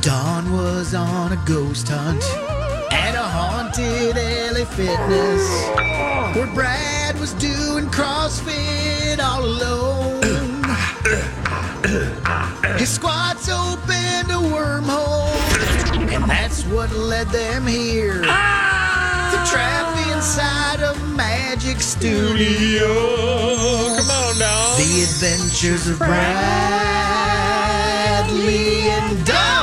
Don was on a ghost hunt at a haunted LA Fitness where Brad was doing CrossFit all alone. His squats opened a wormhole, and that's what led them here. The trap inside a magic studio. Come on now. The adventures of Bradley and Don.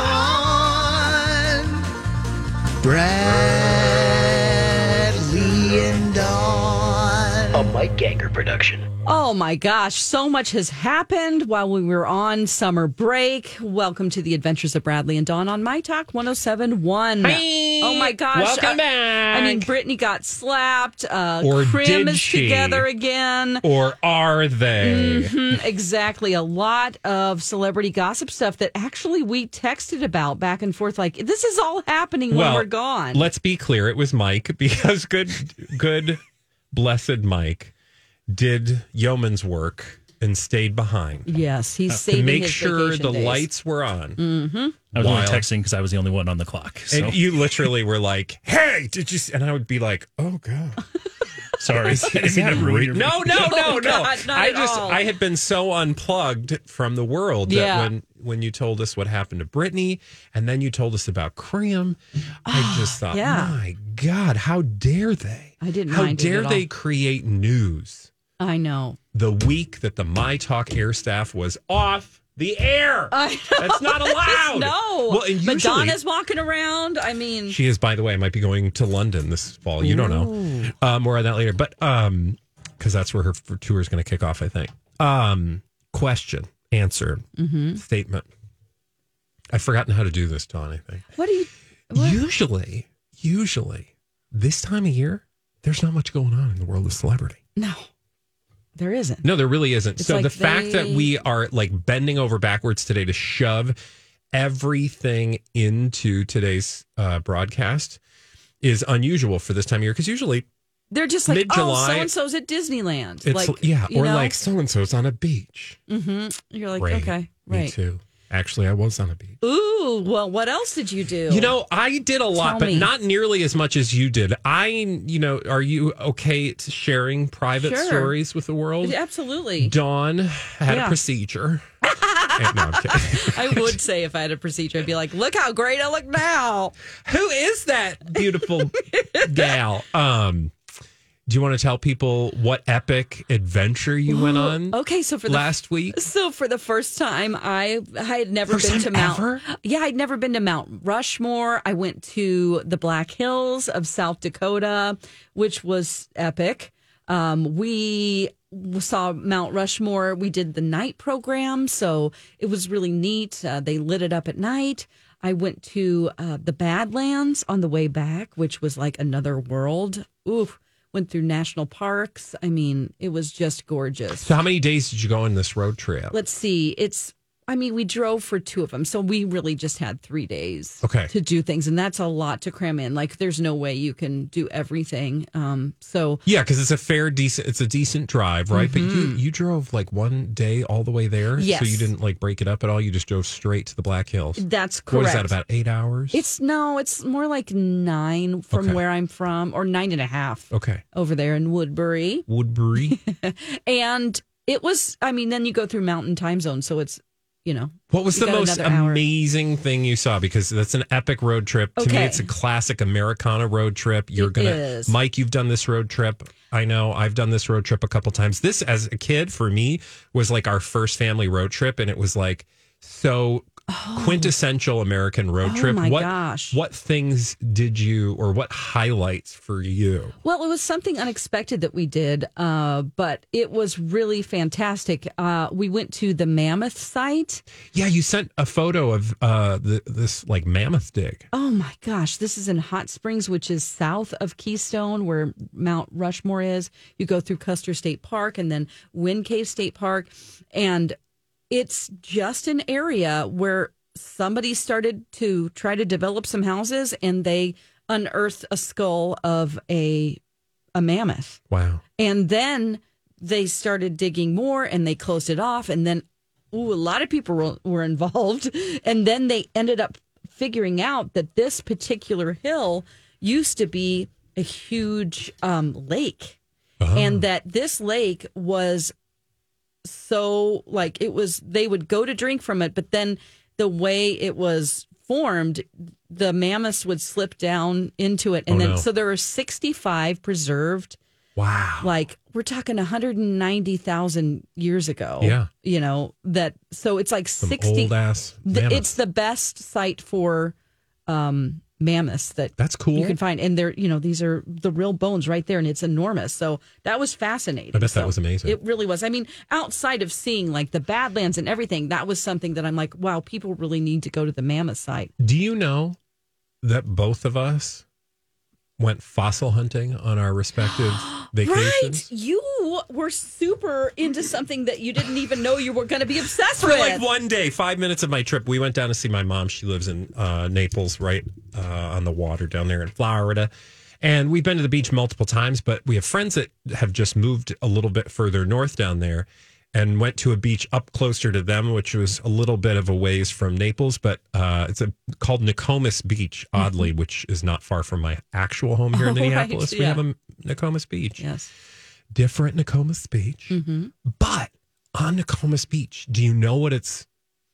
Bradley and Don. A Mike Ganger production. Oh my gosh, so much has happened while we were on summer break. Welcome to the Adventures of Bradley and Dawn on My Talk 1071. Oh my gosh. Welcome I, back. I mean, Brittany got slapped. Uh, Or Krim did is she? together again. Or are they? Mhm, exactly. A lot of celebrity gossip stuff that actually we texted about back and forth. Like, this is all happening when we're gone. Let's be clear. It was Mike because good, good, blessed Mike did yeoman's work and stayed behind yes, he's uh, to saving make his sure vacation the days. Mm. lights were on. I was only Wild. texting because I was the only one on the clock. So And you literally were like, "Hey, did you?" See? And I would be like, "Oh God." sorry, I didn't mean to ruin your- No, no, no, Oh, no. God, not I at just all. I had been so unplugged from the world Yeah. that when when you told us what happened to Brittany and then you told us about Cream, I just thought, Ah, yeah. my God, how dare they? I didn't How mind it dare at they all. create news I know. the week that the My Talk air staff was off the air? That's not allowed. No. Oh, Well, and usually, Madonna's walking around. I mean, she is, by the way, might be going to London this fall. You don't know. Uh, more on that later. But um, because that's where her f- tour is going to kick off, I think. Um, question, answer, statement. I've forgotten how to do this, Dawn. I think. what do you? What? Usually, usually this time of year, there's not much going on in the world of celebrity. No, there isn't. No, there really isn't. It's so like the fact that they- we are like bending over backwards today to shove everything into today's uh, broadcast is unusual for this time of year because usually They're just like, oh, Mid-July- so and so's at Disneyland. it's like, yeah, you or know? like so and so's on a beach. Mhm. You're like, Ray, okay, Me right. too. Actually, I was on a beach. Ooh, well, what else did you do? You know, I did a lot, Tell but me. not nearly as much as you did. I, you know, are you okay to sharing private Sure. stories with the world? absolutely. Dawn had Yeah. a procedure. And- no, I'm kidding. I would say if I had a procedure, I'd be like, look how great I look now. Who is that beautiful gal? Um, do you want to tell people what epic adventure you went on Okay, so for the last week? So for the first time, I I had never First been time to Mount. ever? Yeah, I'd never been to Mount Rushmore. I went to the Black Hills of South Dakota, which was epic. Um, we saw Mount Rushmore. We did the night program, so it was really neat. Uh, they lit it up at night. I went to uh, the Badlands on the way back, which was like another world. Ooh, went through national parks. I mean, it was just gorgeous So, how many days did you go on this road trip? let's see it's i mean we drove for two of them so we really just had three days Okay. to do things and that's a lot to cram in like there's no way you can do everything um so Yeah, because it's a fair, decent. It's a decent drive, right? But you you drove like one day all the way there, so Mm-hmm. Yes. you didn't like break it up at all. You just drove straight to the Black Hills. that's What correct is that? About eight hours? it's no it's more like nine from Okay. where i'm from or nine and a half okay. over there in woodbury Woodbury. and it was i mean then you go through mountain time zone so it's you know. What was you the got most another hour. amazing thing you saw? Because that's an epic road trip. To me, Okay. it's a classic Americana road trip. You're It gonna, is. Mike. You've done this road trip. I know. I've done this road trip a couple times. This, as a kid, for me, was like our first family road trip, and it was like so quintessential American road Oh, trip. my what, gosh. What things did you, or what highlights for you? Well, it was something unexpected that we did, uh, but it was really fantastic. Uh, we went to the Mammoth site. Yeah, you sent a photo of uh, the, this like mammoth dig. Oh my gosh, this is in Hot Springs, which is south of Keystone, where Mount Rushmore is. You go through Custer State Park and then Wind Cave State Park. And it's just an area where somebody started to try to develop some houses and they unearthed a skull of a a mammoth. Wow. And then they started digging more and they closed it off. And then, ooh, a lot of people were, were involved. And then they ended up figuring out that this particular hill used to be a huge um, lake. Oh. And that this lake was so, like, it was, they would go to drink from it, but then the way it was formed, the mammoths would slip down into it. And Oh, then, no. so there were 65 preserved Wow. like we're talking 190,000 years ago. Yeah. You know, that so it's like Some 60 old ass. the- mammoth. it's the best site for um mammoths that That's cool. you can find and they're, you know, these are the real bones right there and it's enormous. So that was fascinating. I bet that So was amazing. It really was. I mean, outside of seeing like the Badlands and everything, that was something that I'm like, wow, people really need to go to the mammoth site. Do you know that both of us went fossil hunting on our respective Right. vacations? You were super into something that you didn't even know you were going to be obsessed For with. like one day, five minutes of my trip, we went down to see my mom. She lives in uh, Naples, right uh, on the water down there in Florida. And we've been to the beach multiple times, but we have friends that have just moved a little bit further north down there and went to a beach up closer to them, which was a little bit of a ways from Naples, but uh, it's a, called Nokomis Beach, oddly, which is not far from my actual home here in Oh, Mm-hmm. right, Minneapolis. We yeah. have a Nokomis Beach. Yes. different Nokomis Beach. Mm-hmm. But on Nokomis Beach, do you know what it's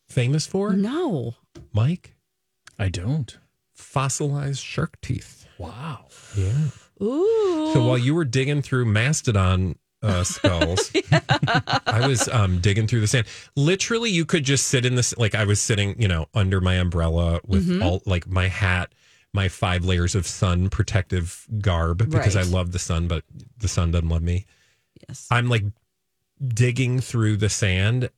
famous for, No. Mike? I don't. Fossilized shark teeth. Wow. Yeah. Ooh. So while you were digging through mastodon uh, skulls, I was um, digging through the sand. Literally, you could just sit in this. Like I was sitting, you know, under my umbrella with Mm-hmm. all like my hat, my five layers of sun protective garb because Right. I love the sun, but the sun doesn't love me. yes. I'm like digging through the sand.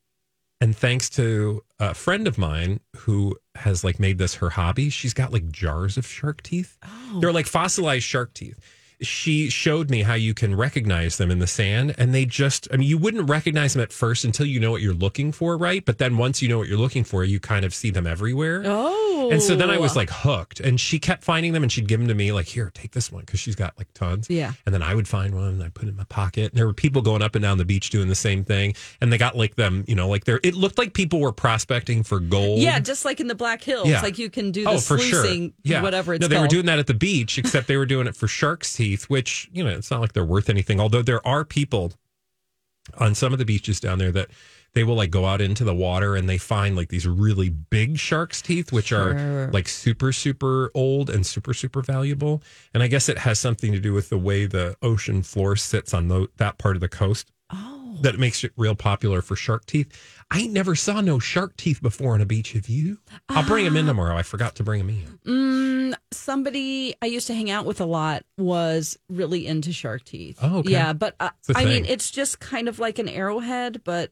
And thanks to a friend of mine who has like made this her hobby, she's got like jars of shark teeth. They're like fossilized shark teeth. She showed me how you can recognize them in the sand. And they just, I mean, you wouldn't recognize them at first until you know what you're looking for, right? But then once you know what you're looking for, you kind of see them everywhere. Oh. And so then I was like hooked, and she kept finding them, and she'd give them to me, like, here, take this one, because she's got like tons. Yeah. And then I would find one, and I put it in my pocket. And there were people going up and down the beach doing the same thing, and they got like them, you know, like they're. It looked like people were prospecting for gold. yeah, just like in the Black Hills, Yeah. like you can do the Oh, for sure. sluicing, Yeah. whatever it's no, they called. were doing that at the beach, except they were doing it for shark's teeth, which you know it's not like they're worth anything. Although there are people on some of the beaches down there that they will like go out into the water and they find like these really big shark's teeth, which are Sure. like super super old and super super valuable. And I guess it has something to do with the way the ocean floor sits on tho- that part of the coast. oh, That makes it real popular for shark teeth. I ain't never saw no shark teeth before on a beach. Have you? I'll bring them in Ah. tomorrow. I forgot to bring them in. mm, somebody I used to hang out with a lot was really into shark teeth. Oh, okay. yeah, but uh, It's a I mean, thing. it's just kind of like an arrowhead, but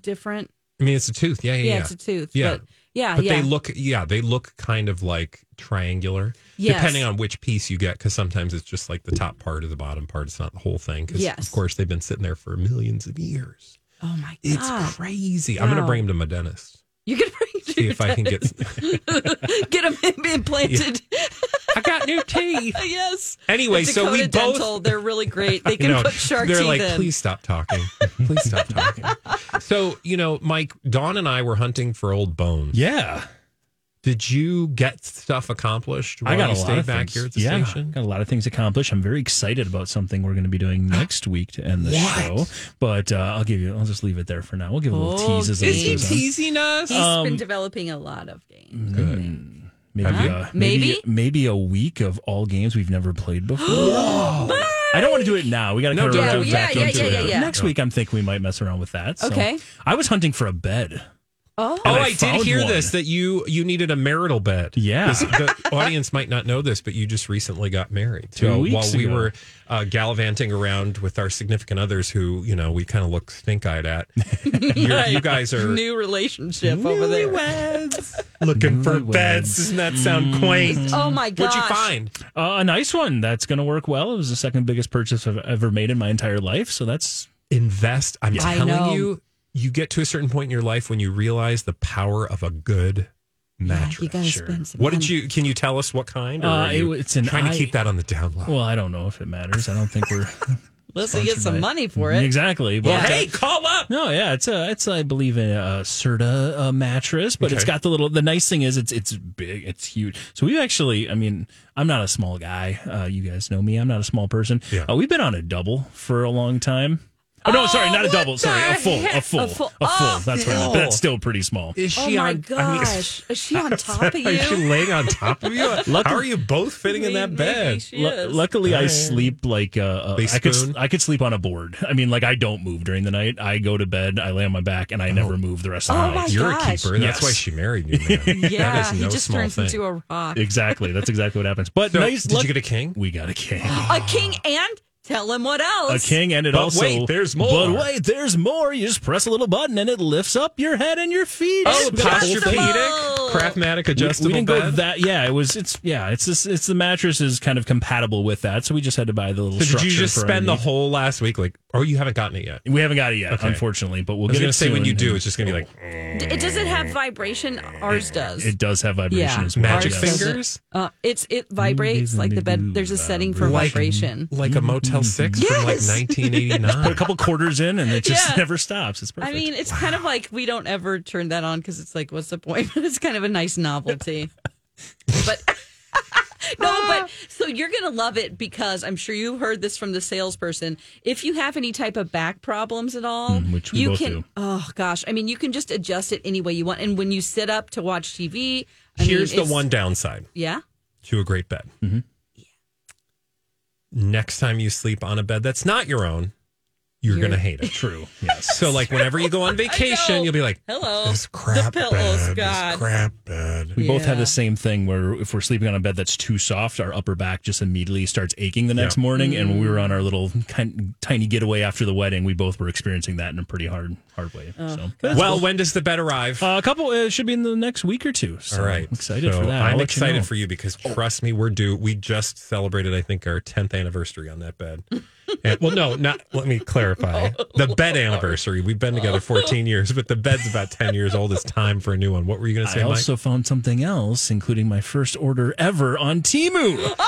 different. I mean, it's a tooth. Yeah, yeah, Yeah, yeah. it's a tooth. Yeah. but, yeah, but yeah. they look, yeah, they look kind of like triangular, Yes. depending on which piece you get. Because sometimes it's just like the top part or the bottom part. It's not the whole thing. Because Yes. of course they've been sitting there for millions of years. oh my It's god, crazy. I'm gonna Wow. bring them to my dentist. you can bring it to See your if I can get. dentist. get them implanted. I got new teeth. yes. Anyway, Dakota so we both. Dental, they're really great. They can You know, put shark they're teeth like, in. please stop talking. Please stop talking. so, you know, Mike, Dawn and I were hunting for old bones. Yeah. Did you get stuff accomplished? I while got you a lot stayed of back things. here at the yeah, station. Got a lot of things accomplished. I'm very excited about something we're going to be doing next week to end the show. But uh, I'll give you. I'll just leave it there for now. We'll give a little Oh, tease as is it he goes on. teasing us? He's been developing a lot of games. Maybe, Have you? uh, Maybe? maybe maybe a week of all games we've never played before. I don't want to do it now. We got to kind No, of don't wrap do it it. back Yeah, yeah, into yeah, it. yeah, yeah. Next week, I'm thinking we might mess around with that. So. Okay. I was hunting for a bed. Oh, Oh, And I, I did found hear one. this that you you needed a marital bed. Yeah. This- the audience might not know this, but you just recently got married. Two So weeks while we ago. were uh, gallivanting around with our significant others, who you know we kind of look stink eyed at, you're, you guys are new relationship over there. looking for Newlyweds. beds. Doesn't that sound quaint? Oh my gosh. What'd you find? Uh, a nice one. That's going to work well. It was the second biggest purchase I've ever made in my entire life. So that's Invest. I'm I know. telling you, you get to a certain point in your life when you realize the power of a good mattress. You gotta spend some What did money. you? Can you tell us what kind? Or Uh, are you it- it's an trying I- to keep that on the down low. well. I don't know if it matters. I don't think we're Let's get sponsored some by- money for it. Exactly. But Yeah. uh, Hey, call up. No, yeah, it's a, it's I believe in a Serta uh mattress, but it's Okay. got the little. The nice thing is it's it's big, it's huge. So we have actually, I mean, I'm not a small guy. Uh, you guys know me. I'm not a small person. Yeah. Uh, we've been on a double for a long time. Oh, no, Oh, sorry, not a what double. Sorry, a the full, heck? a full, A a full- full. oh, that's right. no. But that's still pretty small. Is Oh she my on? gosh. is she on top of I mean, is she you? laying on top of you? How are you both fitting in that Maybe bed? she Lu- is. luckily, I sleep like uh, uh, They I could spoon? I could sleep on a board. I mean, like I don't move during the night. I go to bed, I lay on my back, and I never move the rest of the Oh night. my You're a gosh. keeper. That's Yes. why she married you, man. yeah, that is no he just small turns thing. into a rock. Exactly. That's exactly what happens. But So, nice. did luck- you get a king? We got a king. A king and tell him what A else. king, and it But also. wait, there's more. But wait, there's more. You just press a little button, and it lifts up your head and your feet. Oh, It's got a whole thing. posturepedic, craftmatic, We, adjustable we didn't go bed. that. Yeah, it was. It's yeah. It's this. It's the mattress is kind of compatible with that, so we just had to buy the little. so did structure you just for our spend the need. whole last week like, oh, you haven't gotten it yet? I We haven't got it yet, Okay. unfortunately. But we'll get was going it to say when soon, you do, and it's just going to be like D- It doesn't have vibration. Ours does. It does have vibration Yeah. as well. magic Ours does it. fingers, uh, it's it vibrates like the bed. There's a setting for vibration. like a Motel Six from like Yes. 1989. Mm-hmm. Put a couple quarters in, and it just Yeah. never stops. It's I perfect. mean, it's kind of like we don't ever turn that on because it's like, what's the point? But it's kind of a nice novelty. but no, but so you're going to love it because I'm sure you heard this from the salesperson. If you have any type of back problems at all, Mm, which we you both can, do. oh gosh, I mean, you can just adjust it any way you want. And when you sit up to watch TV, I Here's mean, the it's- one downside Yeah. to a great bed. Mm-hmm. Next time you sleep on a bed that's not your own, you're, You're- going to hate it. true. Yes. So like whenever you go on know. vacation, you'll be like, Hello. this crap the pillows, bed, God. this crap bed. We both had Yeah. the same thing where if we're sleeping on a bed that's too soft, our upper back just immediately starts aching the next morning. And when we Mm. were on our little kind, tiny getaway after the wedding, we both were experiencing that in a pretty hard, hard way. Oh. so well, when does the bed arrive? uh, a couple it should be in the next week or two. So All right, I'm excited So for that. I'm excited for you because trust me, we're due. We just celebrated, I think, our 10th anniversary on that bed. And- well, no, not. Let me clarify. the bed anniversary. We've been together 14 years, but the bed's about 10 years old. It's time for a new one. What were you going to I say, Mike? also found something else, including my first order ever on Timu. Ah!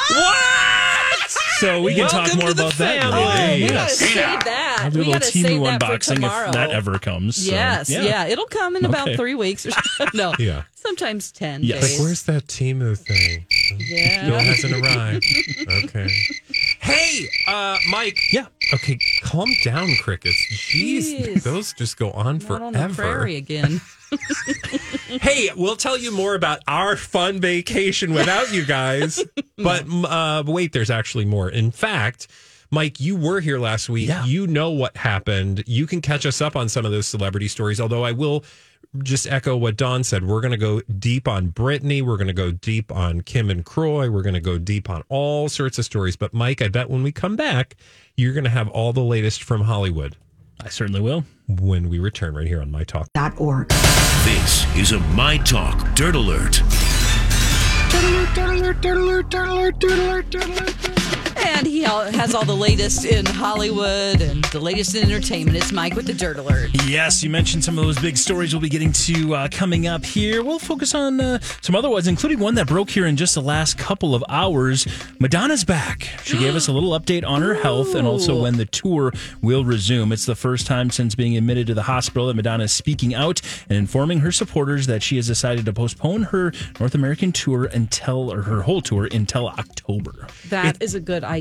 What? So we can talk Welcome more to the about that. family. Oh, later. we gotta Yes. save that. I'll do a Uh, we little gotta save Timu that for unboxing tomorrow. if that ever comes. So, yes, yeah. it'll come in about Okay. three weeks or so. no, Yeah. sometimes ten Yes. Like, days. where's that Timu thing? Still yeah. hasn't arrived. Okay. Hey, uh, Mike. Yeah. Okay, calm down, crickets. Jeez, Jeez. those just go on Not on the forever. prairie again. hey, we'll tell you more about our fun vacation without you guys. but m- uh, wait, there's actually more. In fact, Mike, you were here last week. Yeah. You know what happened. You can catch us up on some of those celebrity stories. Although I will just echo what Don said. We're going to go deep on Brittany. We're going to go deep on Kim and Croy. We're going to go deep on all sorts of stories. But Mike, I bet when we come back, you're going to have all the latest from Hollywood I certainly will. when we return right here on My Talk. This is a My Talk Dirt Alert. And he al- has all the latest in Hollywood and the latest in entertainment. It's Mike with the Dirt Alert. Yes, you mentioned some of those big stories we'll be getting to uh, coming up here. We'll focus on uh, some other ones, including one that broke here in just the last couple of hours. Madonna's back. She gave us a little update on her health and also when the tour will resume. It's the first time since being admitted to the hospital that Madonna is speaking out and informing her supporters that she has decided to postpone her North American tour until, or her whole tour until October. That is a good idea.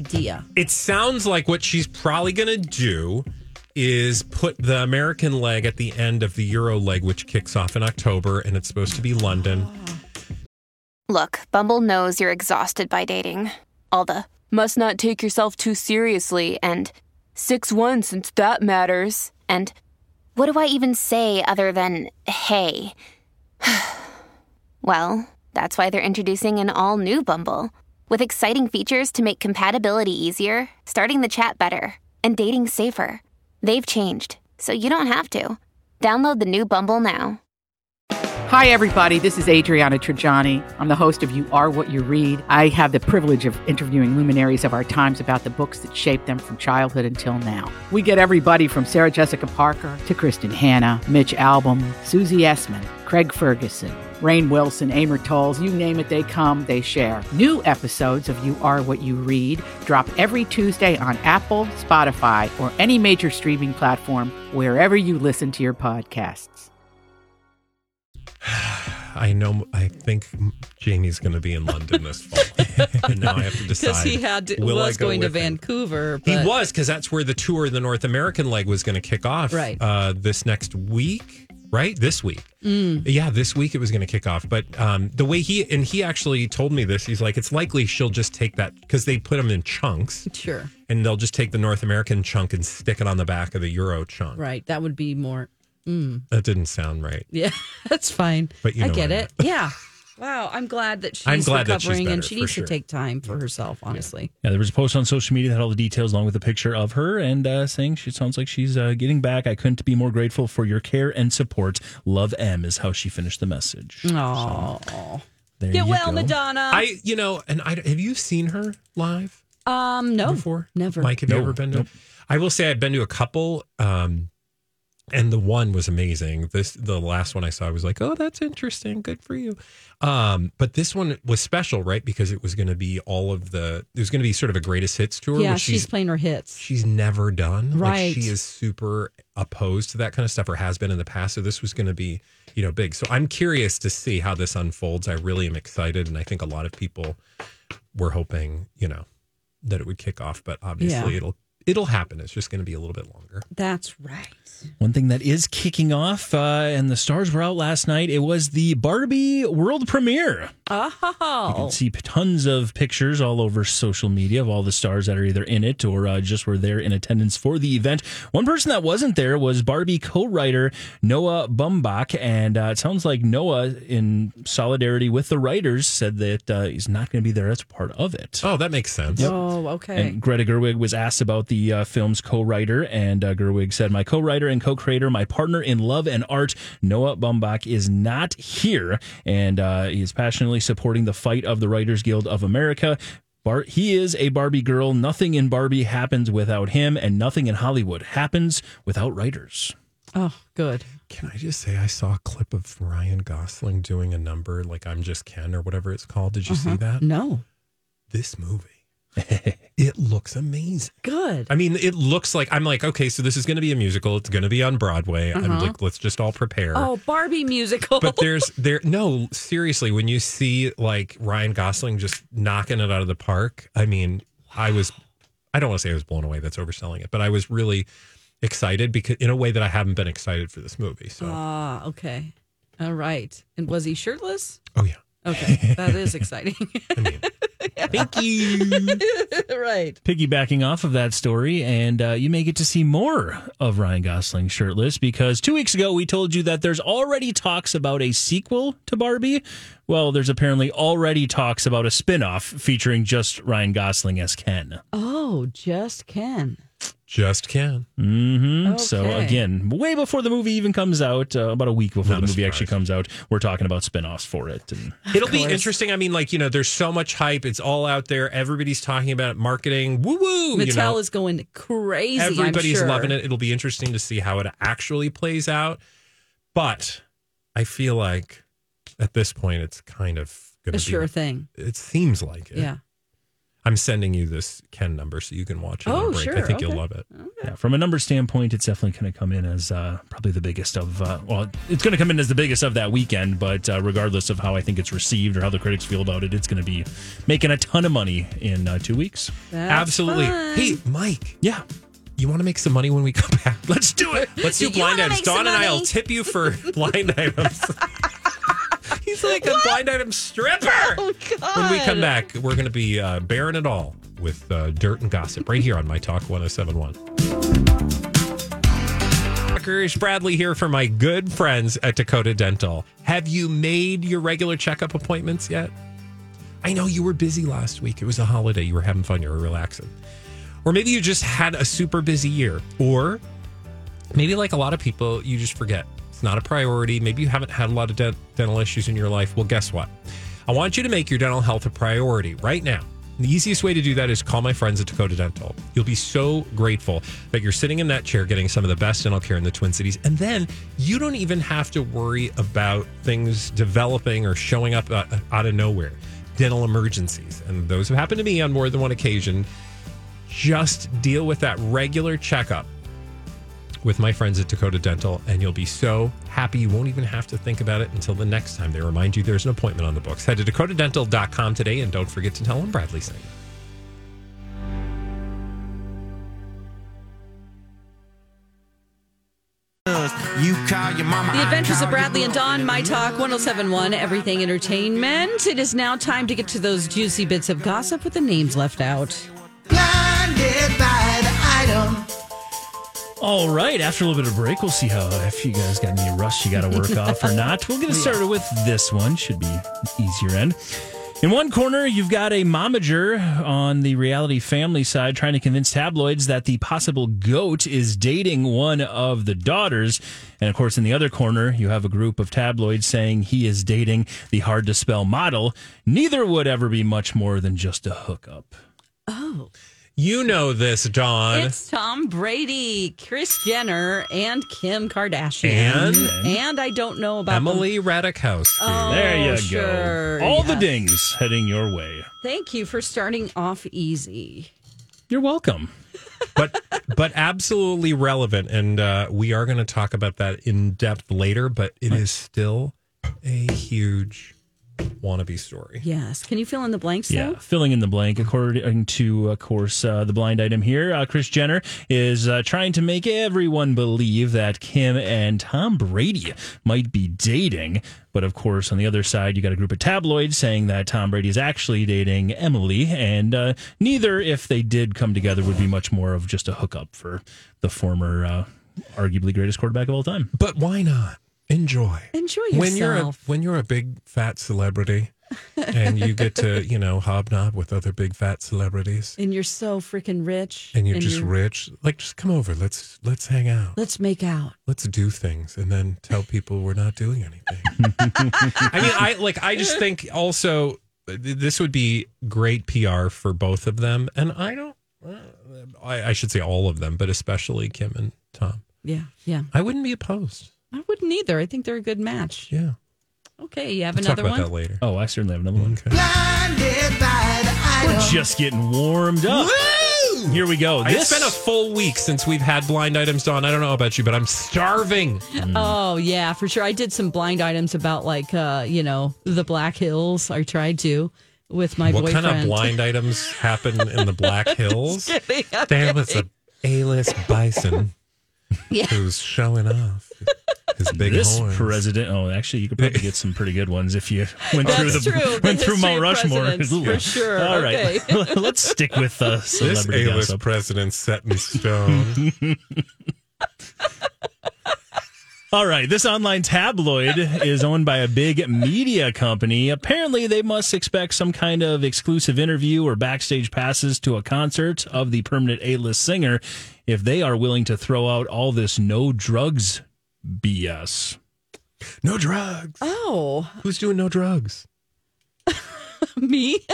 It sounds like what she's probably going to do is put the American leg at the end of the Euro leg, which kicks off in October, and it's supposed to be London. Look, Bumble knows you're exhausted by dating. All the must not take yourself too seriously and 6 1 since that matters. And what do I even say other than hey? well, that's why they're introducing an all new Bumble with exciting features to make compatibility easier, starting the chat better, and dating safer. They've changed, so you don't have to. Download the new Bumble now. Hi, everybody. This is Adriana Trajani. I'm the host of You Are What You Read. I have the privilege of interviewing luminaries of our times about the books that shaped them from childhood until now. We get everybody from Sarah Jessica Parker to Kristen Hanna, Mitch Albom, Susie Essman, Craig Ferguson, Rain Wilson, Amor Tolls, you name it, they come, they share. New episodes of You Are What You Read drop every Tuesday on Apple, Spotify, or any major streaming platform wherever you listen to your podcasts. I know. I think Jamie's going to be in London this fall, and now I have to decide Because he had to, will I was go going to with him? Vancouver. He But was because that's where the tour of the North American leg was going to kick off. Right. Uh, this next week, right? This week. Mm. Yeah, this week it was going to kick off. But um, the way he and he actually told me this, he's like, it's likely she'll just take that because they put them in chunks, Sure. and they'll just take the North American chunk and stick it on the back of the Euro chunk. Right. That would be more. That didn't sound right. Yeah, that's fine. But you I know get what I it. Yeah. Wow. I'm glad that she's I'm glad that she's recovering and better, she for needs sure. to take time for herself, honestly. Yeah, there was a post on social media that had all the details along with a picture of her and uh, saying she sounds like she's uh, getting back. I couldn't be more grateful for your care and support. Love M is how she finished the message. Oh. There Get you well, go. Madonna. I, you know, and I have you seen her live? um, no. before? Never. Mike, have you No, ever been to? nope. I will say I've been to a couple, um, and the one was amazing. This the last one I saw I was like, oh, that's interesting. Good for you. Um, but this one was special, right? Because it was going to be all of the. It was going to be sort of a greatest hits tour. yeah, which she's, playing her hits. she's never done. Right. Like she is super opposed to that kind of stuff or has been in the past. So this was going to be, you know, big. So I'm curious to see how this unfolds. I really am excited. And I think a lot of people were hoping, you know, that it would kick off, but obviously Yeah. it'll, it'll happen. It's just going to be a little bit longer. That's right. One thing that is kicking off, uh, and the stars were out last night, it was the Barbie world premiere. You Oh. can see tons of pictures all over social media of all the stars that are either in it or uh, just were there in attendance for the event. One person that wasn't there was Barbie co-writer Noah Bumbach, and uh, it sounds like Noah, in solidarity with the writers, said that uh, he's not going to be there as part of it. Oh, that makes sense. Oh, okay. And Greta Gerwig was asked about the uh, film's co-writer, and uh, Gerwig said, "My co-writer and co-creator, my partner in love and art, Noah Baumbach, is not here, and uh, he is passionately supporting the fight of the Writers Guild of America." Bar- he is a Barbie girl. Nothing in Barbie happens without him, and nothing in Hollywood happens without writers. oh, good. Can I just say, I saw a clip of Ryan Gosling doing a number like I'm Just Ken or whatever it's called. Did you see that? Uh-huh. No. This movie. it looks amazing. Good. I mean, it looks like I'm like, okay, so this is going to be a musical. It's going to be on Broadway. I'm like, let's just all prepare. Uh-huh. Oh, Barbie musical. But there's there no seriously when you see like Ryan Gosling just knocking it out of the park. I mean, I was I don't want to say I was blown away. That's overselling it, but I was really excited because in a way that I haven't been excited for this movie. So ah, okay. All right. And was he shirtless? oh yeah, Okay. That is exciting. I mean, thank you. right. piggybacking off of that story, and uh, you may get to see more of Ryan Gosling shirtless because two weeks ago we told you that there's already talks about a sequel to Barbie. Well, there's apparently already talks about a spin off featuring just Ryan Gosling as Ken. Oh, just Ken. Just can. hmm So Okay. again, way before the movie even comes out, uh, about a week before Not the a movie surprise. actually comes out, we're talking about spin-offs for it. And It'll be interesting. I mean, like, you know, there's so much hype. It's all out there. Everybody's talking about it, marketing. Woo woo. Mattel you know? is going crazy. I'm Everybody's sure. loving it. It'll be interesting to see how it actually plays out. But I feel like at this point, it's kind of going A to sure be. thing. It seems like it. Yeah. I'm sending you this Ken number so you can watch it. on Oh, break. I sure. think you'll Okay. love it. yeah, from a number standpoint, it's definitely going to come in as uh, probably the biggest of. Uh, well, it's going to come in as the biggest of that weekend. But uh, regardless of how I think it's received or how the critics feel about it, it's going to be making a ton of money in uh, two weeks. That's Absolutely. fun. Hey, Mike, Yeah, you want to make some money when we come back? Let's do it. Let's do You blind wanna items. make some Dawn and I will money? tip you for blind items. He's like a blind item stripper. Oh, God. When we come back, we're going to be uh, bearing it all with uh, dirt and gossip right here on My Talk 1071. Doctors, Bradley here for my good friends at Dakota Dental. Have you made your regular checkup appointments yet? I know you were busy last week. It was a holiday. You were having fun. You were relaxing. Or maybe you just had a super busy year. Or maybe, like a lot of people, you just forget. It's not a priority. Maybe you haven't had a lot of dent- dental issues in your life. Well, guess what? I want you to make your dental health a priority right now. The easiest way to do that is call my friends at Dakota Dental. You'll be so grateful that you're sitting in that chair getting some of the best dental care in the Twin Cities. And then you don't even have to worry about things developing or showing up out, out of nowhere. Dental emergencies. And those have happened to me on more than one occasion. Just deal with that regular checkup with my friends at Dakota Dental, and you'll be so happy you won't even have to think about it until the next time they remind you there's an appointment on the books. Head to dakotadental.com today and don't forget to tell them Bradley sent you. You call your mama. The I Adventures call of Bradley your and Dawn, My Talk 1071, Everything Entertainment. It is now time to get to those juicy bits of gossip with the names left out. Blinded by the item. All right, after a little bit of break, we'll see how if you guys got any rust you got to work off or not. We'll get it started with this one. Should be easier end. In one corner, you've got a momager on the reality family side trying to convince tabloids that the possible goat is dating one of the daughters. And of course, in the other corner, you have a group of tabloids saying he is dating the hard to spell model. Neither would ever be much more than just a hookup. Oh. You know this, Dawn. It's Tom Brady, Chris Jenner, and Kim Kardashian. And? And I don't know about them. Emily Radikowski. There you sure, go. All the yes. dings heading your way. Thank you for starting off easy. You're welcome. but but absolutely relevant, and uh, we are going to talk about that in depth later. But it is still a huge wannabe story. Yes. Can you fill in the blanks Yeah, though? filling in the blank. According to, of course, uh, the blind item here, uh, Chris Jenner is uh, trying to make everyone believe that Kim and Tom Brady might be dating. But of course, on the other side, you got a group of tabloids saying that Tom Brady is actually dating Emily, and uh, neither, if they did come together, would be much more of just a hookup for the former, uh, arguably greatest quarterback of all time. But why not enjoy? Enjoy When you're a, yourself. when you're a big fat celebrity, and you get to you know hobnob with other big fat celebrities, And you're so freaking rich. and you're just rich. Like, just come over. Let's let's hang out. Let's make out. Let's do things, and then tell people we're not doing anything. I mean, I like. I just think also uh, th- this would be great PR for both of them, and I don't. uh, I, I should say all of them, but especially Kim and Tom. Yeah. Yeah. I wouldn't be opposed. I wouldn't either. I think they're a good match. Yeah, Okay. You have we'll talk another about one? that later. Oh, I certainly have another one. Okay. Blinded by the We're item. just getting warmed up. Here we go. It's been a full week since we've had blind items, Dawn. I don't know about you, but I'm starving. Oh yeah, for sure. I did some blind items about like uh, you know, the Black Hills. I tried to with my what boyfriend. kind of blind items happen in the Black Hills? kidding, I'm there was a A-list bison who's showing off his big this horns. president. Oh, actually, you could probably get some pretty good ones if you went through That's the true. The went through history Mount of Rushmore. presidents, for sure. All right, let's stick with uh, This celebrity A-list gossip. president set in stone. All right, this online tabloid is owned by a big media company. Apparently, they must expect some kind of exclusive interview or backstage passes to a concert of the permanent A list singer if they are willing to throw out all this no drugs BS. No drugs. Oh, Who's doing no drugs? me.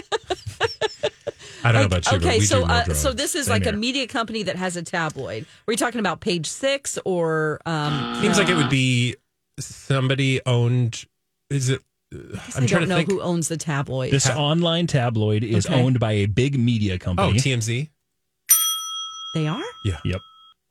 I don't know about you, but okay, we so do no uh, drugs. so this is Same like a here. media company that has a tabloid. Were you talking about Page Six or? Um, seems like it would be somebody owned. Is it? I guess I'm I trying don't know to think. who owns the tabloid. This online tabloid is Okay. owned by a big media oh, company. TMZ. they are. yep.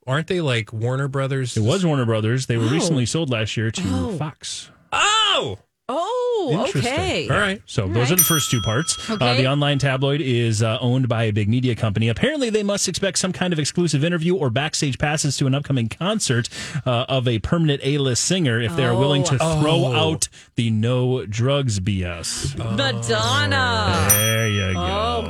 Aren't they like Warner Brothers? It was Warner Brothers. They were Oh. recently sold last year to Oh. Fox. Oh, Oh, Interesting. okay. all right. So All those right. are the first two parts. Uh, Okay. the online tabloid is uh, owned by a big media company. Apparently, they must expect some kind of exclusive interview or backstage passes to an upcoming concert uh, of a permanent A-list singer if they are willing to Oh. throw Oh. out the no drugs BS. Madonna. There you go.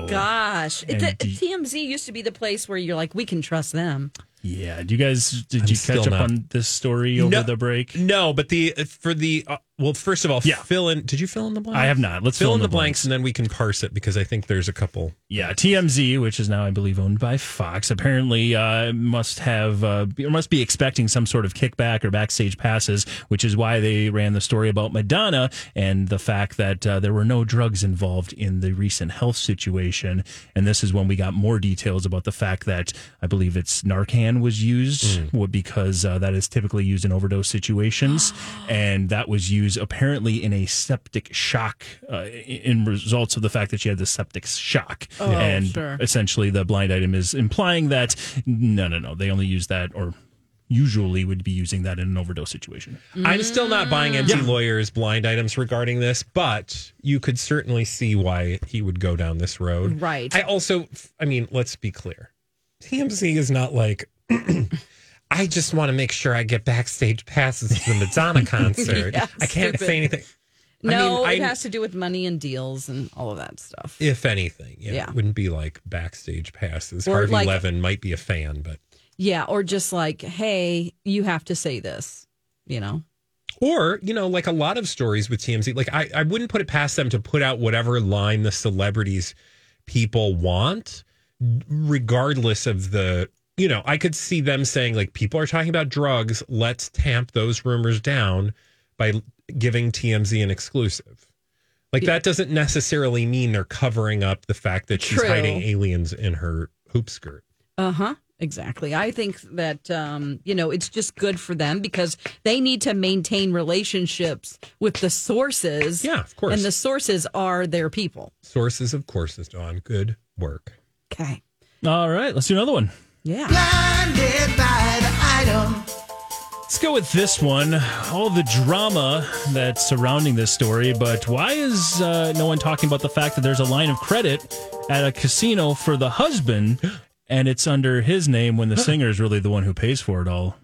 Oh gosh, It- And the- D- TMZ used to be the place where you're like, we can trust them. Yeah. Do you guys did I'm you still catch up not- on this story over No. the break? No, but the for the uh, well, first of all, Yeah. fill in. Did you fill in the blanks? I have not. Let's Fill, in the, blanks, and then we can parse it because I think there's a couple. Yeah, TMZ, which is now I believe owned by Fox, apparently uh, must have uh, be- or must be expecting some sort of kickback or backstage passes, which is why they ran the story about Madonna and the fact that uh, there were no drugs involved in the recent health situation. And this is when we got more details about the fact that I believe it's Narcan was used wa- because uh, that is typically used in overdose situations, and that was used apparently in a septic shock uh, i- in results of the fact that she had the septic shock, and sure. essentially the blind item is implying that no, no, no, they only use that or usually would be using that in an overdose situation. I'm still not Mm. buying empty lawyers blind items regarding this, but you could certainly see why he would go down this road. Right. I also, I mean, let's be clear. TMZ is not like. I just want to make sure I get backstage passes to the Madonna concert. Yeah, I can't stupid. say anything. No, I mean, it I- has to do with money and deals and all of that stuff. If anything, yeah, Yeah. it wouldn't be like backstage passes. Or Harvey like- Levin might be a fan, but Yeah, or just like, hey, you have to say this, you know. Or, you know, like a lot of stories with TMZ, like I, I wouldn't put it past them to put out whatever line the celebrities people want, regardless of the, you know, I could see them saying, like, people are talking about drugs. Let's tamp those rumors down by giving TMZ an exclusive. Like, that doesn't necessarily mean they're covering up the fact that she's True. hiding aliens in her hoop skirt. Uh huh. Exactly. I think that um, you know it's just good for them because they need to maintain relationships with the sources. Yeah, of course. And the sources are their people. Sources, of course, is on. Good work. Okay. All right, let's do another one. Yeah. Blinded by the item. Let's go with this one. All the drama that's surrounding this story, but why is uh, no one talking about the fact that there's a line of credit at a casino for the husband, and it's under his name when the singer is really the one who pays for it all?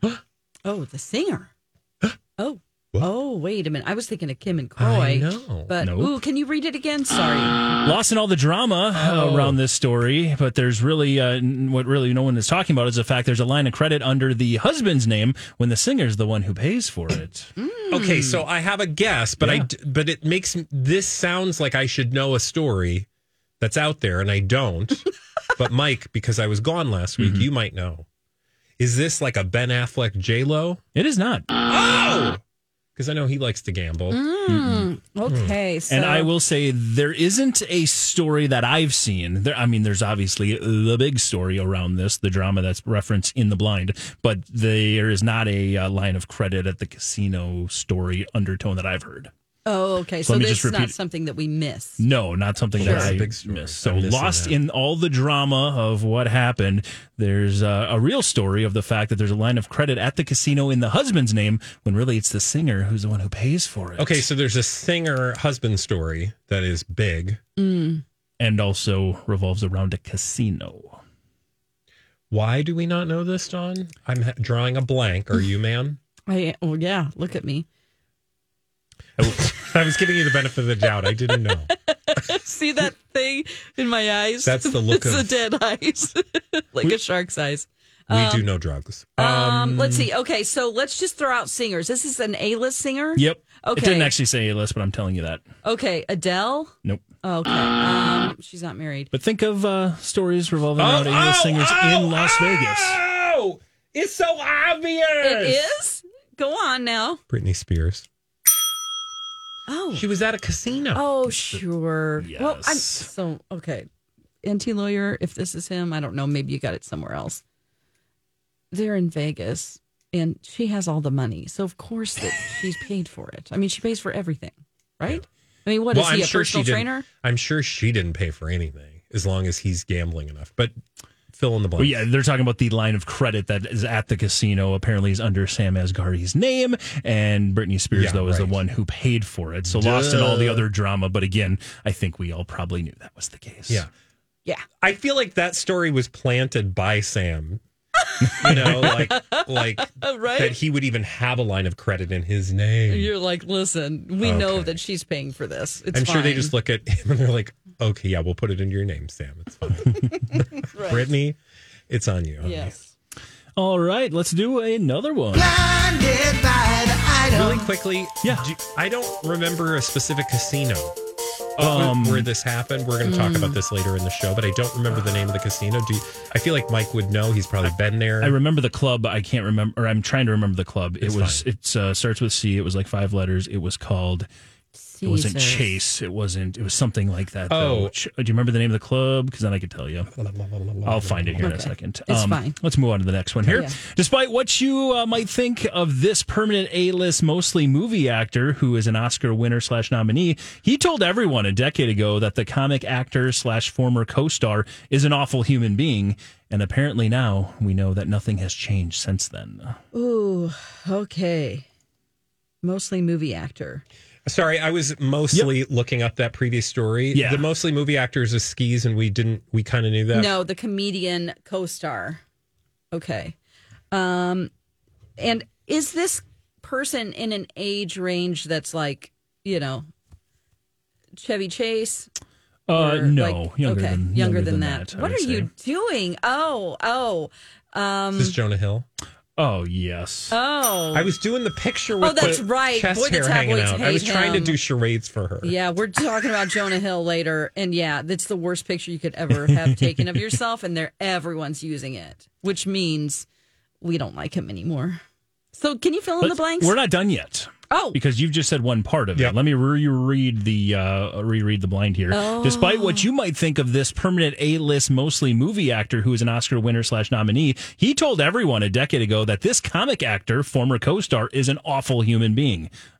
Oh, the singer. Oh. Oh, wait a minute. I was thinking of Kim and Croy. I know. But Nope. ooh, can you read it again? Sorry. Lost in all the drama uh, around this story, but there's really uh, n- what really no one is talking about is the fact there's a line of credit under the husband's name when the singer's the one who pays for it. Okay, so I have a guess, but I d- but it makes m- this sounds like I should know a story that's out there and I don't. but Mike, because I was gone last week, you might know. Is this like a Ben Affleck J Lo? It is not. Oh, because I know he likes to gamble. Mm. Hmm. Okay. So And I will say there isn't a story that I've seen. There, I mean, there's obviously the big story around this, the drama that's referenced in The Blind, but there is not a uh, line of credit at the casino story undertone that I've heard. Oh, okay. So So, let me this just is not repeat- something that we miss. No, not something Sure. that That's a I big story. missed. So I'm missing lost that. in all the drama of what happened. There's uh, a real story of the fact that there's a line of credit at the casino in the husband's name when really it's the singer who's the one who pays for it. Okay, so there's a singer husband story that is big. and also revolves around a casino. Why do we not know this, Don? I'm ha- drawing a blank. Are you, man? I, oh, yeah. Look at me. I w- I was giving you the benefit of the doubt. I didn't know. See that thing in my eyes? That's the look it's of- the dead eyes, like a shark's eyes. We do know drugs. Um, let's see. Okay, so let's just throw out singers. This is an A-list singer. Yep. Okay. It didn't actually say A list, but I'm telling you that. Okay, Adele. Oh, Nope. Okay. Um, she's not married. But think of uh, stories revolving around A list singers in Las Vegas. Oh, it's so obvious. It is. Go on now. Britney Spears. Oh. She was at a casino. oh, sure. Well, I'm Yes. so okay. NT lawyer. If this is him, I don't know. Maybe you got it somewhere else. They're in Vegas, and she has all the money, so of course that she's paid for it. I mean, she pays for everything, right? I mean, what is well, I'm he a sure she personal didn't- trainer? I'm sure she didn't pay for anything as long as he's gambling enough. But fill in the Well, blank. yeah, they're talking about the line of credit that is at the casino. Apparently, is under Sam Asghari's name, and Britney Spears Yeah, though is right. the one who paid for it. So lost in all the other drama. But again, I think we all probably knew that was the case. Yeah. Yeah. I feel like that story was planted by Sam. you know, like like Oh, Right? that he would even have a line of credit in his name. You're like, listen, we know Okay. that she's paying for this. It's I'm sure they fine." just look at him and they're like, "Okay, yeah, we'll put it into your name, Sam. It's fine." Brittany, it's on you. honey. Yes. All right, let's do another one. Blinded by the item. Really quickly, Yeah. do- I don't remember a specific casino uh, Um, where this happened. We're going to talk mm. about this later in the show, but I don't remember the name of the casino. Do you, I feel like Mike would know? He's probably been there. I remember the club. I can't remember. Or I'm trying to remember the club. It's it was. fine. It uh, starts with C. It was like five letters. It was called. It wasn't Caesars. Chase. It wasn't. It was something like that. Oh. though. Ch- do you remember the name of the club? Because then I could tell you. I'll find it here in a Okay. second. Um, It's fine. Let's move on to the next one here. Yeah. Despite what you uh, might think of this permanent A-list, mostly movie actor who is an Oscar winner slash nominee, he told everyone a decade ago that the comic actor slash former co-star is an awful human being, and apparently now we know that nothing has changed since then. Ooh, okay. Mostly movie actor. Sorry, I was mostly looking up that previous story. Yeah. The mostly movie actors is skis, and we didn't, we kind of knew that. No, the comedian co-star. Okay. Um and is this person in an age range that's like, you know, Chevy Chase? Uh, or, no, like- younger okay, than younger, than, that. I What would are you say. doing? Oh, oh. Um This is Jonah Hill. Oh yes. oh. I was doing the picture with that's the right. chest Boy, the hair hanging tabloids out. I was hate trying to him. do charades for her. Yeah, we're talking about Jonah Hill later, and yeah, that's the worst picture you could ever have taken of yourself, and there everyone's using it, which means we don't like him anymore. So can you fill in the But blanks? We're not done yet. oh, because you've just said one part of Yeah. it. Let me reread the uh, reread the blind here. Oh. Despite what you might think of this permanent A-list, mostly movie actor who is an Oscar winner slash nominee, he told everyone a decade ago that this comic actor, former co-star, is an awful human being.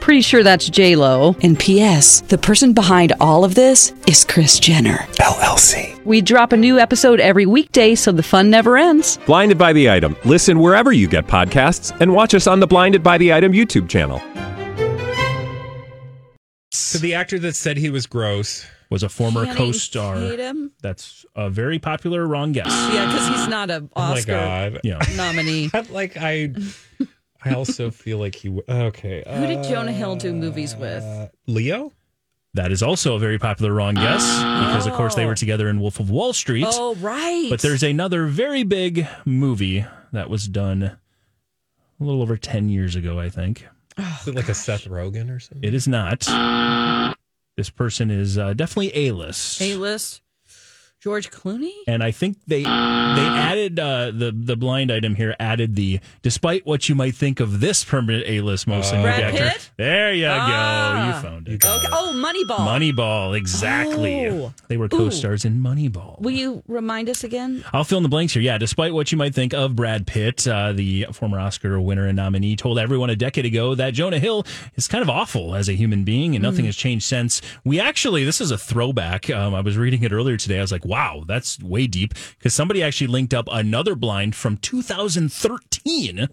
Pretty sure that's J Lo. And P.S. The person behind all of this is Chris Jenner. LLC. We drop a new episode every weekday, so the fun never ends. Blinded by the Item. Listen wherever you get podcasts and watch us on the Blinded by the Item YouTube channel. So the actor that said he was gross. Was a former Channing co-star. Tatum? That's a very popular wrong guess. Yeah, because he's not an Oh my Oscar god. Yeah. nominee. I- like I I also feel like he w- okay. uh, Who did Jonah Hill do movies with? Leo? That is also a very popular wrong guess because, of course, they were together in Wolf of Wall Street. Oh right, But there's another very big movie that was done a little over 10 years ago, I think. Is it like a Seth Rogen or something? It is not. This person is uh, definitely A-list. A list. George Clooney. And I think they they added uh, the the blind item here added the despite what you might think of this permanent A list mostly movie Brad actor. Pitt? There you go, Ah. you found it. Okay. Oh, Moneyball. Moneyball, exactly. Oh. They were co-stars in Moneyball. Will you remind us again? I'll fill in the blanks here. Yeah, despite what you might think of Brad Pitt, uh, the former Oscar winner and nominee, told everyone a decade ago that Jonah Hill is kind of awful as a human being, and nothing has changed since. We actually, this is a throwback. Um, I was reading it earlier today. I was like, wow, that's way deep because somebody actually linked up another blind from 2013.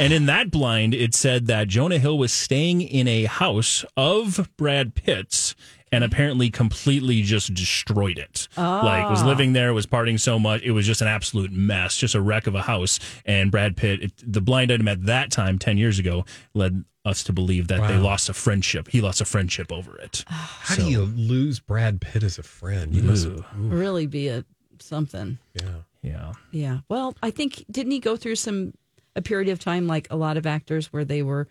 And in that blind, it said that Jonah Hill was staying in a house of Brad Pitt's and apparently completely just destroyed it. Like was living there, was partying so much, it was just an absolute mess, just a wreck of a house. And Brad Pitt, it, the blind item at that time, ten years ago, led us to believe that they Wow. lost a friendship. He lost a friendship over it. How do you lose Brad Pitt as a friend? You must. Ooh, really be a something. Yeah. yeah. Yeah. Well, I think didn't he go through some a period of time like a lot of actors where they were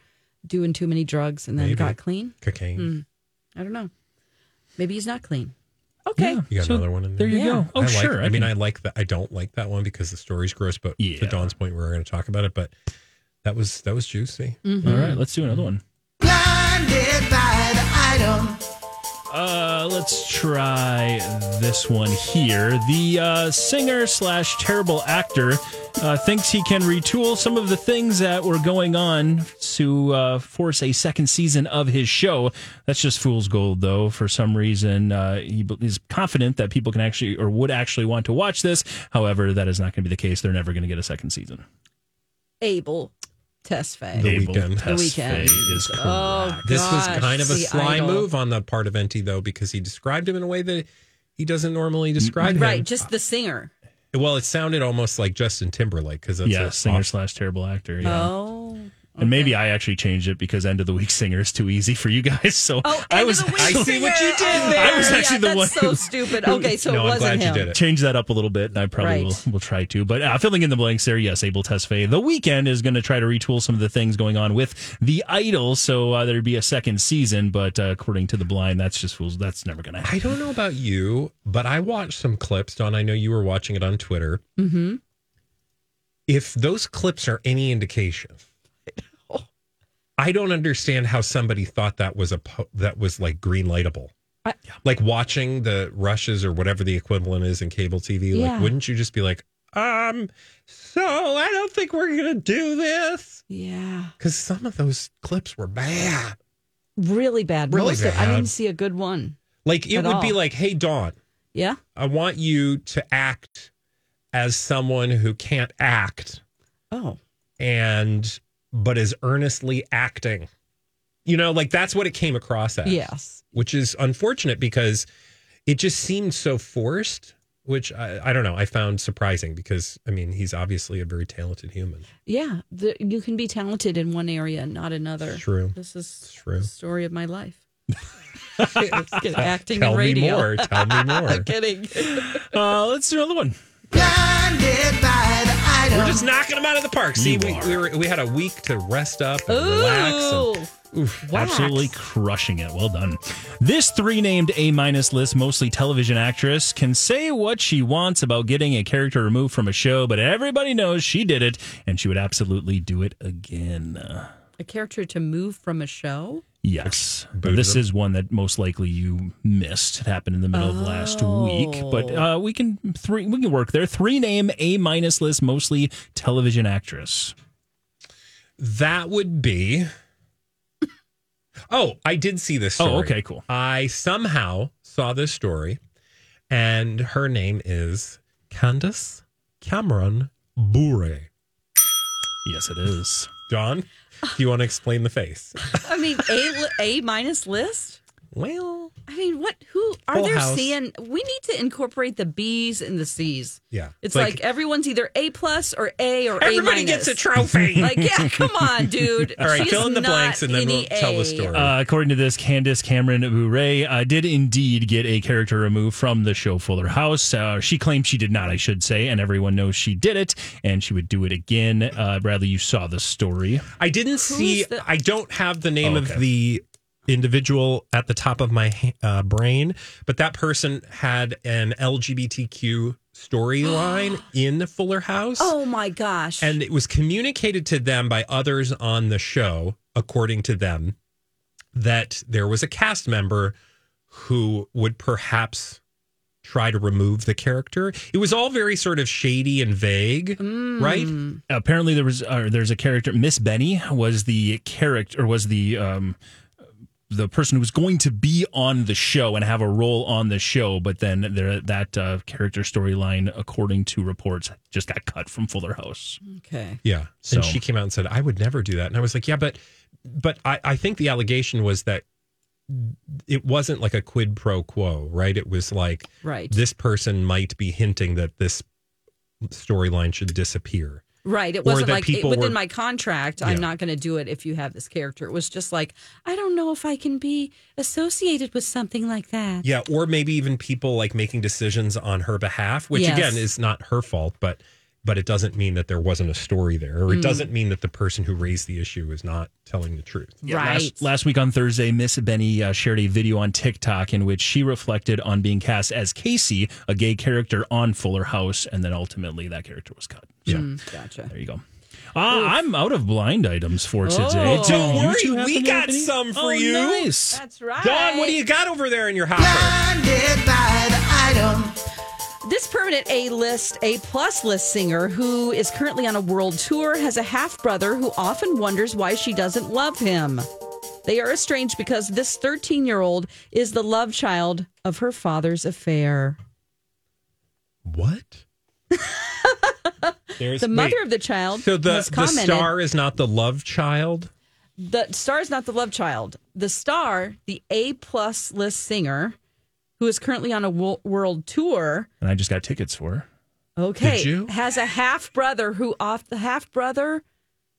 doing too many drugs and then Maybe. got clean? Cocaine. Mm. I don't know. Maybe he's not clean. Okay. You got So another one in There there. you Yeah. go. Oh, I like- sure. I mean, can- I like that. I don't like that one because the story's gross. But Yeah. to Dawn's point, we are going to talk about it. But that was that was juicy. All right, let's do another one. Blinded by the item. Uh, let's try this one here. The uh, singer slash terrible actor uh, thinks he can retool some of the things that were going on to uh, force a second season of his show. That's just fool's gold, though. For some reason, uh, he b- is confident that people can actually or would actually want to watch this. However, that is not going to be the case. They're never going to get a second season. Abel Tesfaye. The Abel Weeknd. The Weeknd. Tesfaye is correct. Oh, This gosh, was kind of a the sly idol. move on the part of Enti though, because he described him in a way that he doesn't normally Mm, describe him. Right, just the singer. Well, it sounded almost like Justin Timberlake because that's yeah, a- singer slash terrible actor. Yeah. Oh. And maybe I actually changed it because end of the week singer is too easy for you guys. So Oh, I end was of the week actually- singer. what you did Oh, there. I was yeah, actually the that's one so who- stupid. Okay, so No, it I'm wasn't glad you him. did it. change that up a little bit, and I probably Right. will, will try to. But uh, filling in the blanks there, yes, Abel Tesfaye. The weekend is going to try to retool some of the things going on with the Idol, so uh, there'd be a second season. But uh, according to the blind, that's just fools. That's never going to happen. I don't know about you, but I watched some clips, Don. I know you were watching it on Twitter. Mm-hmm. If those clips are any indication, I don't understand how somebody thought that was a po- that was like green lightable. I- Like watching the rushes or whatever the equivalent is in cable TV. Yeah. Like, wouldn't you just be like, um, so I don't think we're gonna do this Yeah. because some of those clips were bad. Really bad. Really Most of- I bad. didn't see a good one. Like it At would be all. like, hey, Dawn. Yeah. I want you to act as someone who can't act Oh. and but is earnestly acting. You know, like that's what it came across as. Yes. Which is unfortunate because it just seemed so forced, which I, I don't know, I found surprising because I mean he's obviously a very talented human. Yeah. The, you can be talented in one area and not another. True. This is true. the story of my life. acting Tell and radio. me more. Tell me more. Kidding. Uh, let's do another one. Blinded by the item. We're just knocking him out of the park. See, You we, are. we, were, we had a week to rest up and relax. and- Ooh. Wax. Absolutely crushing it. Well done. This three named A minus list, mostly television actress, can say what she wants about getting a character removed from a show, but everybody knows she did it and she would absolutely do it again. Uh, A character to move from a show? Yes. Booted this them. is one that most likely you missed. It happened in the middle of last week, but uh, we can three we can work there. Three name A minus list, mostly television actress. That would be. Oh, I did see this story. Oh, okay, cool. I somehow saw this story, and her name is Candace Cameron Bure. Yes, it is. John, do you want to explain the face? I mean, A li- A minus list? Well, I mean, what? Who are Full there house. seeing? We need to incorporate the B's and the C's. yeah. It's like, everyone's either A plus or A or everybody A minus. gets a trophy. Like, yeah, come on, dude. All right, She fill is in the not blanks and then any we'll tell A. the story. Uh, according to this, Candace Cameron Bure uh, did indeed get a character removed from the show Fuller House. Uh, she claimed she did not, I should say, and everyone knows she did it, and she would do it again. Uh, Bradley, you saw the story. I didn't see. the- I don't have the name Oh, of okay. the individual at the top of my ha- uh, brain, but that person had an LGBTQ storyline in Fuller House, Oh my gosh. and it was communicated to them by others on the show, according to them, that there was a cast member who would perhaps try to remove the character. It was all very sort of shady and vague, right? Mm. apparently there was uh, there's a character Miss Benny was the character or was the um the person who's going to be on the show and have a role on the show, but then there, that uh, character storyline, according to reports, just got cut from Fuller House. Okay. Yeah. So- And she came out and said, I would never do that. And I was like, yeah, but, but I, I think the allegation was that it wasn't like a quid pro quo, right? It was like Right. this person might be hinting that this storyline should disappear. Right. It Or wasn't that like it, people within were- my contract, Yeah. I'm not going to do it if you have this character. It was just like, I don't know if I can be associated with something like that. Yeah. Or maybe even people like making decisions on her behalf, which Yes. again is not her fault, but, but it doesn't mean that there wasn't a story there, Mm. or it doesn't mean that the person who raised the issue is not telling the truth. right. Last, last week on Thursday, Miss Benny uh, shared a video on TikTok in which she reflected on being cast as Casey, a gay character on Fuller House, and then ultimately that character was cut. So Hmm. Mm, gotcha. there you go. Ah, I'm out of blind items for today. Oh. Do Don't you worry, two have we any, got Anthony? some for Oh, you. Nice. That's right. Don, what do you got over there in your hopper? Blinded by the item. This permanent A list, A plus list singer who is currently on a world tour has a half brother who often wonders why she doesn't love him. They are estranged because this 13 year old is the love child of her father's affair. What? There's The mother of the child So the, has the commented. star is not the love child. the star is not the love child. The star, the A plus list singer, who is currently on a wo- world tour. And I just got tickets for her. Okay, Did you? has a half brother who off the half brother,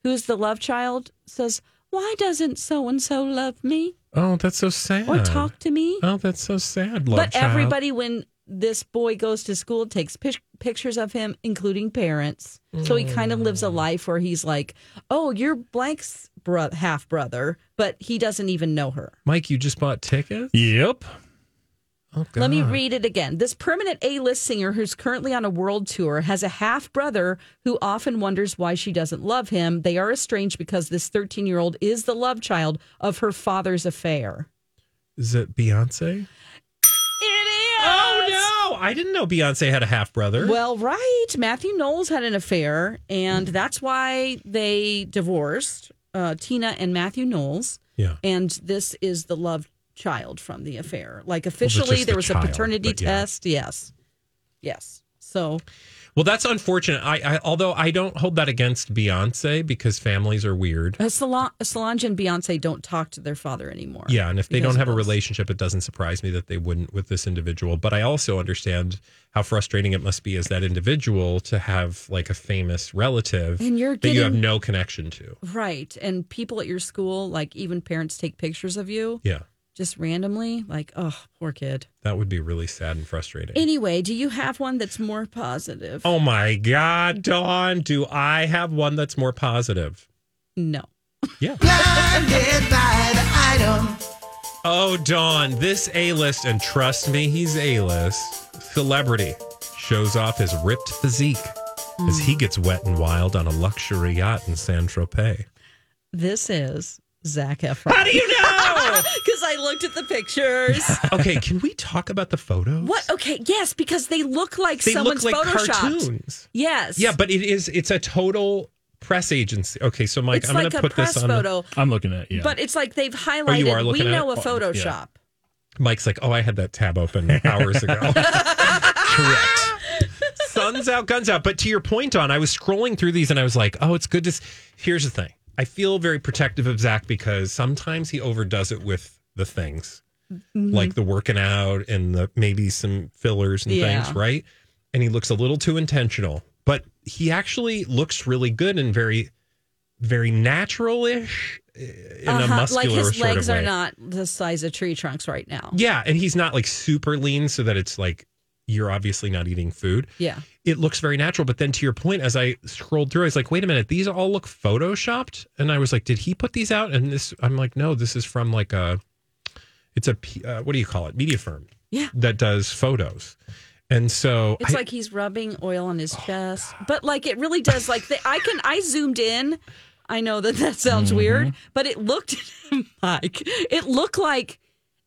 who's the love child, says, "Why doesn't so and so love me Oh, that's so sad. or talk to me?" Oh, that's so sad. Love but child. everybody, when this boy goes to school, takes pic- pictures of him, including parents. So he kind of lives a Mm. life where he's like, "Oh, you're blank's bro- half brother," but he doesn't even know her. Mike, you just bought tickets. Yep. Oh, Let me God. read it again. This permanent A list singer who's currently on a world tour has a half brother who often wonders why she doesn't love him. They are estranged because this 13 year old is the love child of her father's affair. Is it Beyonce? It is! Oh no, I didn't know Beyonce had a half brother. Well, right. Matthew Knowles had an affair, and that's why they divorced uh, Tina and Matthew Knowles. yeah. And this is the love child from the affair. Like just officially, the there was child, a paternity but yeah. test. Yes. Yes. So. Well, that's unfortunate. I, I although I don't hold that against Beyonce because families are weird. Uh, Solan- Solange and Beyonce don't talk to their father anymore. Yeah, and if they because don't have a of this. relationship, it doesn't surprise me that they wouldn't with this individual. But I also understand how frustrating it must be as that individual to have like a famous relative And you're that you have getting- no connection to. Right. And people at your school, like even parents take pictures of you Yeah, just randomly. Like, oh, poor kid. that would be really sad and frustrating. Anyway, do you have one that's more positive? oh my God, Dawn, do I have one that's more positive? No. Yeah. Blinded by the item. Oh, Dawn, this A list, and trust me, he's A list, celebrity shows off his ripped physique as Hmm. he gets wet and wild on a luxury yacht in San Tropez. This is Zach Efron. How do you know? Because I looked at the pictures. okay, can we talk about the photos? what? Okay. Yes, because they look like They someone's look like photoshopped. cartoons. Yes. Yeah, but it is it's a total press agency. Okay, so Mike, it's I'm like gonna a put press this on the- Oh, photo, I'm looking at yeah. but it's like they've are highlighted. we looking at know it? Oh, a Photoshop. Mike's like, Oh, I had that tab open hours ago. Correct. Sun's out, guns out. But to your point on, I was scrolling through these and I was like, Oh, it's good to s-. here's the thing. I feel very protective of Zach because sometimes he overdoes it with the things. Mm-hmm. Like the working out and the maybe some fillers and Yeah. things, right? and he looks a little too intentional, but he actually looks really good and very, very natural-ish uh, in a muscular Uh-huh. like his sort legs of way. are not the size of tree trunks right now. yeah, and he's not like super lean, so that it's like you're obviously not eating food. Yeah. It looks very natural, but then to your point, as I scrolled through, I was like, wait a minute, these all look photoshopped, and I was like, did he put these out? And this, I'm like, no, this is from like a, it's a P- uh, what do you call it, media firm? Yeah. that does photos, and so It's I- Oh, like he's rubbing oil on his chest, but like it really does. Like the, I can, I zoomed in. I know that that sounds Mm-hmm. weird, but it looked, Mike, it looked like,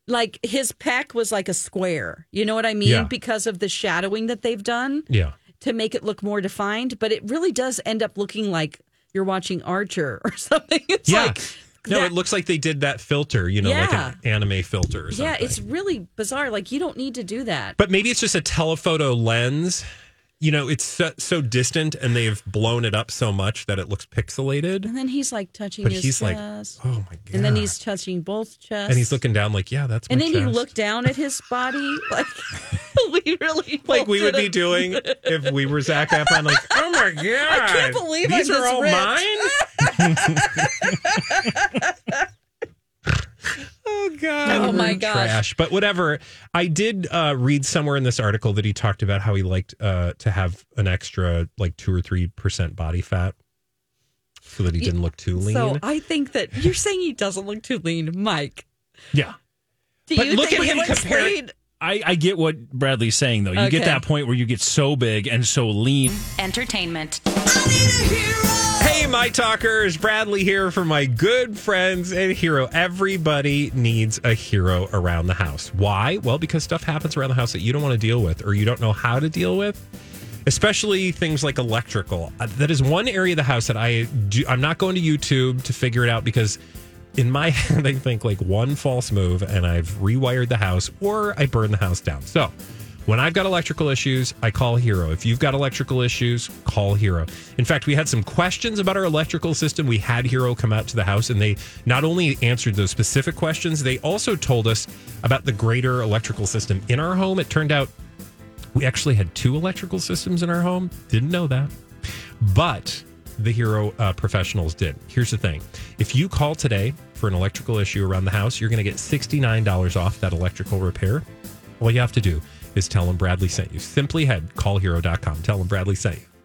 like his pack was like a square. You know what I mean? Yeah. Because of the shadowing that they've done yeah. to make it look more defined, but it really does end up looking like you're watching Archer or something. It's Yeah. like No, Yeah. it looks like they did that filter, you know, like an anime filter or something. Yeah, it's really bizarre. Like you don't need to do that. But maybe it's just a telephoto lens. You know, it's so, so distant and they've blown it up so much that it looks pixelated. and then he's like touching But his he's like, chest. oh my God. Mm-hmm. and then he's touching both chests. and he's looking down like, yeah, that's. And my then he chest. looked down at his body like we really like we bolted would be it. doing if we were Zach Efron. Like, oh my god, I can't believe these I'm are this all rich." mine. oh god, Oh, my we're gosh. trash. But whatever. I did uh, read somewhere in this article that he talked about how he liked uh, to have an extra like two or three percent body fat, so that he didn't look too lean. So I think that you're saying he doesn't look too lean, Mike. Yeah. Do But you look think at he him looks compared- lean? I, I get what Bradley's saying, though. You Okay. get that point where you get so big and so lean. Entertainment. Hey, my talkers, Bradley here for my good friends and hero. Everybody needs a hero around the house. Why? Well, because stuff happens around the house that you don't want to deal with or you don't know how to deal with, especially things like electrical. Uh, That is one area of the house that I do. I'm not going to YouTube to figure it out because in my head, I think like one false move and I've rewired the house or I burn the house down. So when I've got electrical issues, I call Hero. If you've got electrical issues, call Hero. In fact, we had some questions about our electrical system. We had Hero come out to the house and they not only answered those specific questions, they also told us about the greater electrical system in our home. It turned out we actually had two electrical systems in our home. Didn't know that. But the Hero uh, professionals did. Here's the thing if you call today for an electrical issue around the house, you're going to get $69 off that electrical repair. All you have to do is tell them Bradley sent you. Simply head callhero.com. Tell them Bradley sent you.